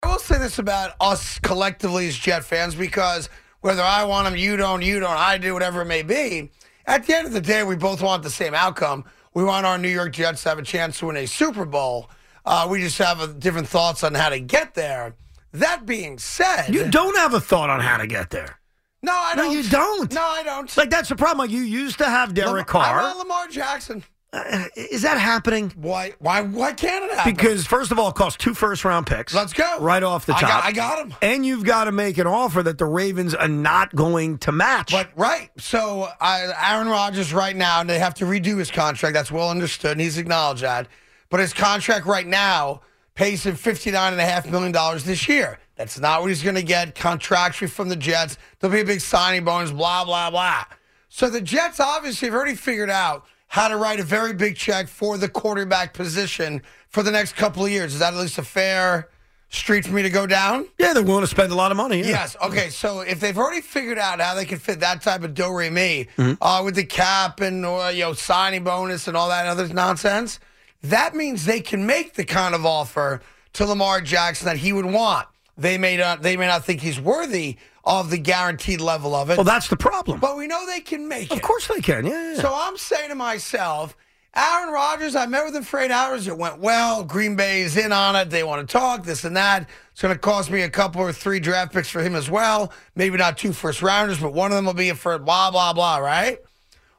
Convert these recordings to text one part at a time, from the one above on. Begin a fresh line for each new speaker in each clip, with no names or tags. I will say this about us collectively as Jet fans because whether I want them, you don't, you don't, I do, whatever it may be, at the end of the day, we both want the same outcome. We want our New York Jets to have a chance to win a Super Bowl. Uh, we just have a, different thoughts on how to get there. That being said,
You don't have a thought on how to get there.
no, I
No,
don't.
you don't.
No, I don't.
Like that's the problem. Like you used to have Derek
I
Carr.
want Lamar Jackson.
Uh, Is that happening?
Why? Why? Why can't it happen?
Because first of all, it costs two first round picks.
Let's go.
right off the
I
top.
got- I got 'em.
And you've got to make an offer that the Ravens are not going to match.
But right, so I, Aaron Rodgers right now, and they have to redo his contract. That's well understood, and he's acknowledged that. But his contract right now pays him fifty nine and a half million dollars this year. That's not what he's going to get contractually from the Jets. There'll be a big signing bonus, blah blah blah. So the Jets obviously have already figured out how to write a very big check for the quarterback position for the next couple of years. Is that at least a fair street for me to go down?
yeah, they're willing to spend a lot of money. Yeah.
Yes. Okay. So if they've already figured out how they can fit that type of do re mi
Mm-hmm.
uh, with the cap and uh, you know signing bonus and all that other nonsense, that means they can make the kind of offer to Lamar Jackson that he would want. They may not. They may not think he's worthy of the guaranteed level of it.
Well, that's the problem.
but we know they can make
of
it.
course they can. Yeah. yeah, yeah.
So I'm saying to myself, Aaron Rodgers, I met with him for eight hours. It went well. Green Bay is in on it. They want to talk, this and that. It's going to cost me a couple or three draft picks for him as well. Maybe not two first rounders, but one of them will be a first, blah, blah, blah, right?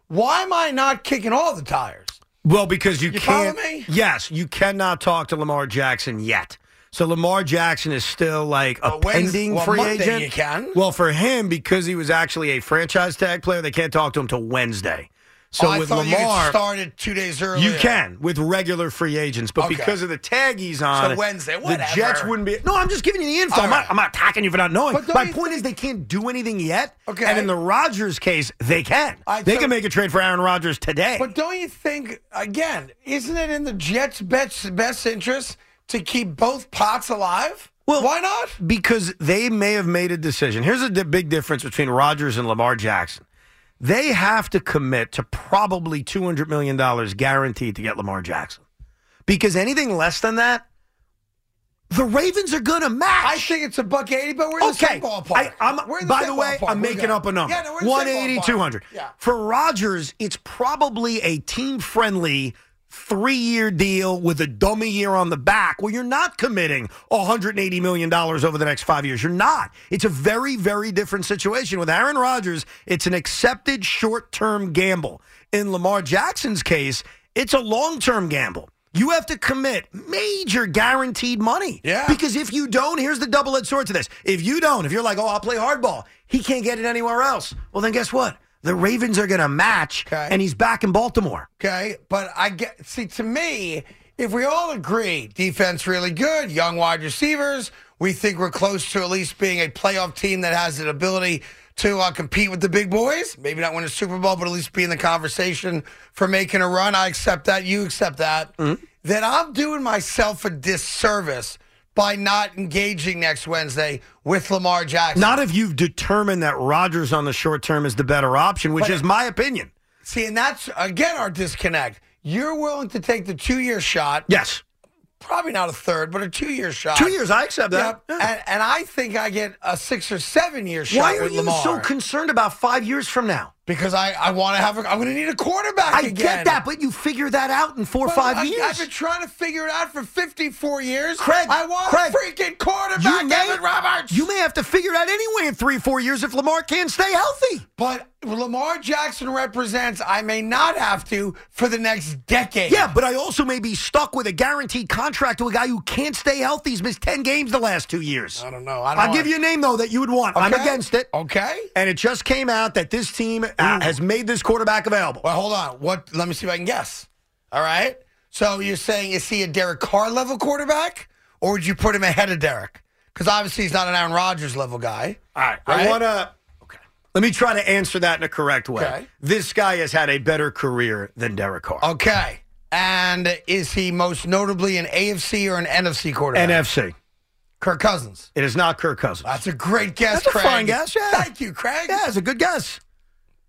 Why am I not kicking all the tires?
Well, because you,
You follow
can't.
me?
Yes, you cannot talk to Lamar Jackson yet. So Lamar Jackson is still like a
Well, Wednesday-
pending
well,
free
Monday
agent.
you can.
Well, for him because he was actually a franchise tag player, they can't talk to him till Wednesday. So
Oh, I
with
thought you
Lamar,
could start it two days earlier.
You can with regular free agents, but
Okay.
because of the tag he's on,
So Wednesday,
the
whatever.
Jets wouldn't be. No, I'm just giving you the info.
All
I'm,
right.
not, I'm not attacking you for not knowing.
But don't
My
you
point is, they can't do anything yet.
Okay.
And in the Rodgers case, they can.
I
they
took-
can make a trade for Aaron Rodgers today.
But don't you think, again, isn't it in the Jets' best, best interest to keep both pots alive?
Well-
Why not?
because they may have made a decision. Here's a di- big difference between Rodgers and Lamar Jackson. They have to commit to probably two hundred million dollars guaranteed to get Lamar Jackson, because anything less than that, the Ravens are going to match.
I think it's a buck eighty, but we're in the
Okay.
same ballpark.
I, I'm,
We're in
by
same
the way,
ballpark.
I'm
We're
making
good.
up a number.
Yeah, no, we're in the same
180,
ballpark.
200.
Yeah.
For Rodgers, it's probably a team friendly three year deal with a dummy year on the back where you're not committing $180 million over the next five years. You're not. It's a very, very different situation. With Aaron Rodgers, it's an accepted short term gamble. In Lamar Jackson's case, it's a long term gamble. You have to commit major guaranteed money.
Yeah.
Because if you don't, here's the double edged sword to this. If you don't, if you're like, oh, I'll play hardball, he can't get it anywhere else. Well, then guess what? The Ravens are going to match,
Okay.
and he's back in Baltimore.
Okay, but I get see to me, if we all agree, defense really good, young wide receivers, we think we're close to at least being a playoff team that has an ability to uh, compete with the big boys. Maybe not win a Super Bowl, but at least be in the conversation for making a run. I accept that. You accept that.
Mm-hmm.
Then I'm doing myself a disservice by not engaging next Wednesday with Lamar Jackson.
Not if you've determined that Rodgers on the short term is the better option, which
But-
is my opinion.
See, and that's again our disconnect. You're willing to take the two year shot,
Yes.
probably not a third, but a two year shot.
Two years, I accept that.
Yep. And, and I think I get a six or seven year shot
Why are
with
you
Lamar.
so concerned about five years from now?
because I, I want to have a, I'm going to need a quarterback
I
again.
get that, but you figure that out in four or
But
five
I,
years.
I've been trying to figure it out for 54 years.
Craig,
I want
Craig,
a freaking quarterback, Evan Roberts.
You may have to figure it out anyway in three, four years if Lamar can't stay healthy.
but Lamar Jackson represents I may not have to for the next decade.
Yeah, but I also may be stuck with a guaranteed contract to a guy who can't stay healthy. He's missed 10 games the last two years.
I don't know. I don't
I'll give
want-
you a name, though, that you would want. I'm
Okay.
against it.
Okay.
And it just came out that this team uh, has made this quarterback available.
Well, hold on. What? Let me see if I can guess. All right. So you're saying is he a Derek Carr level quarterback, or would you put him ahead of Derek? because obviously he's not an Aaron Rodgers level guy.
All right.
Right?
I want to. Okay. Let me try to answer that in a correct way.
Okay.
This guy has had a better career than Derek Carr.
Okay. And is he most notably an AFC or an NFC quarterback?
NFC.
Kirk Cousins.
It is not Kirk Cousins.
That's a great guess,
That's a
Craig.
fine guess, yeah.
Thank you, Craig.
yeah, it's a good guess.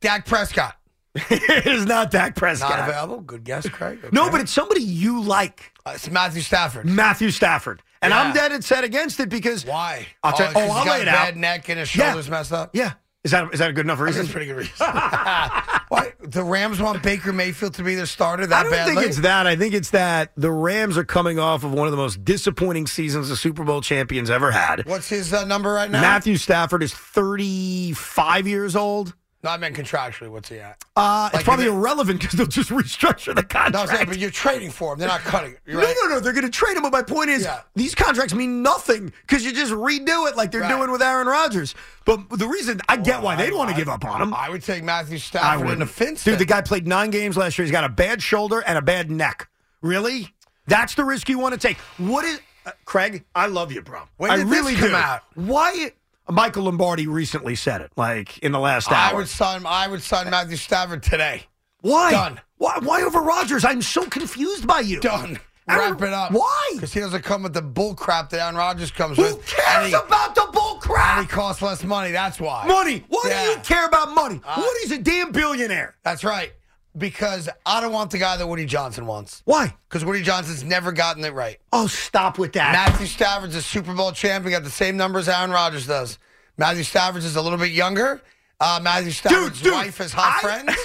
Dak Prescott.
it is not Dak Prescott.
Not available. Good guess, Craig. Okay.
No, but it's somebody you like,
Uh, it's Matthew Stafford.
Matthew Stafford. And I'm
Yeah.
dead and set against it because
Why?
I'll tell-
it's 'cause
oh,
he's
I'll
got
lay
a
it
bad
out.
neck and his
Yeah.
shoulders messed up.
Yeah. Is that is that a good enough reason?
That's pretty good reason. Why? The Rams want Baker Mayfield to be their starter that
I don't
badly?
think it's that. I think it's that the Rams are coming off of one of the most disappointing seasons the Super Bowl champions ever had.
What's his uh, number right now?
Matthew Stafford is 35 years old.
No, I meant contractually. What's he at?
Uh,
Like,
it's probably
they-
irrelevant because they'll just restructure the
No, I'm saying,
contract.
but you're trading for him. They're not cutting it. You're right.
No, no, no. They're going to trade him. But my point is,
Yeah.
these contracts mean nothing because you just redo it like they're
Right.
doing with Aaron Rodgers. But the reason I get why they'd
I-
want to
I-
give up on him,
I would take Matthew
I
Stafford in a
wouldn't.
fence.
Dude, the guy played nine games last year. He's got a bad shoulder and a bad neck. Really? That's the risk you want to take. What is uh, Craig? I love you, bro.
When
I
did this
really
come
do.
out?
Why? Michael Lombardi recently said it, like in the last
I
hour.
would sign. I would sign Matthew Stafford today.
why?
Done.
Why? Why over Rodgers? I'm so confused by you.
Done.
Aaron-
Wrap it up.
Why?
Because he doesn't come with the bull crap that Aaron Rodgers comes
Who
with. and
cares
he,
about the bull
and he
crap?
costs less money. That's why.
Money. Why do
Yeah. Uh,
you care about money? what? He's a damn billionaire.
That's right. Because I don't want the guy that Woody Johnson wants.
Why?
Because Woody Johnson's never gotten it right.
Oh, stop with that.
Matthew Stafford's a Super Bowl champion. Got the same numbers Aaron Rodgers does. Matthew Stafford's is a little bit younger. Uh, Matthew Stafford's
dude,
wife is hot
I-
friends,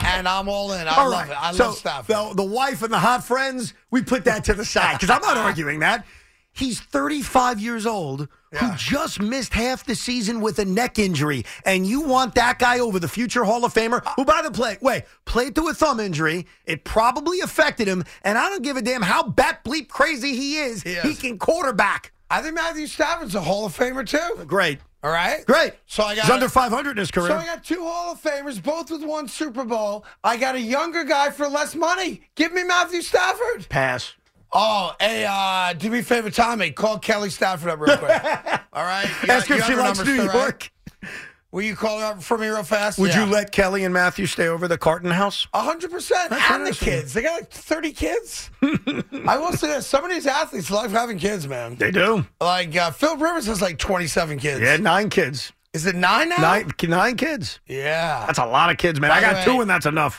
uh, and I'm all in. I
All
love
right.
it. I
so
love Stafford.
The, the wife and the hot friends, we put that to the side because I'm not arguing that. He's 35 years old
Yeah.
who just missed half the season with a neck injury, and you want that guy over the future Hall of Famer who, by the play, wait, played through a thumb injury. It probably affected him, and I don't give a damn how bat bleep crazy he is.
He is.
He can quarterback.
I think Matthew Stafford's a Hall of Famer too.
Great,
All right,
great.
So I got
He's under 500 in his career.
So I got two Hall of Famers, both with one Super Bowl. I got a younger guy for less money. Give me Matthew Stafford.
Pass.
Oh, hey, uh, do me a favor, Tommy. Call Kelly Stafford up real quick. All right. You got-
Ask
you
if
have
she
her
likes
number
New
still,
York.
right? Will you call her up for me real fast?
Would
Yeah.
you let Kelly and Matthew stay over the Carton house?
A hundred percent.
That's
And the
interesting.
kids. They got like thirty kids. I will say this: some of these athletes love having kids, man.
They do.
Like uh, Phil Rivers has like twenty-seven kids.
Yeah, nine kids.
Is it nine now?
Nine, nine kids.
Yeah.
That's a lot of kids, man. I
By the
got
way-
two, and that's enough.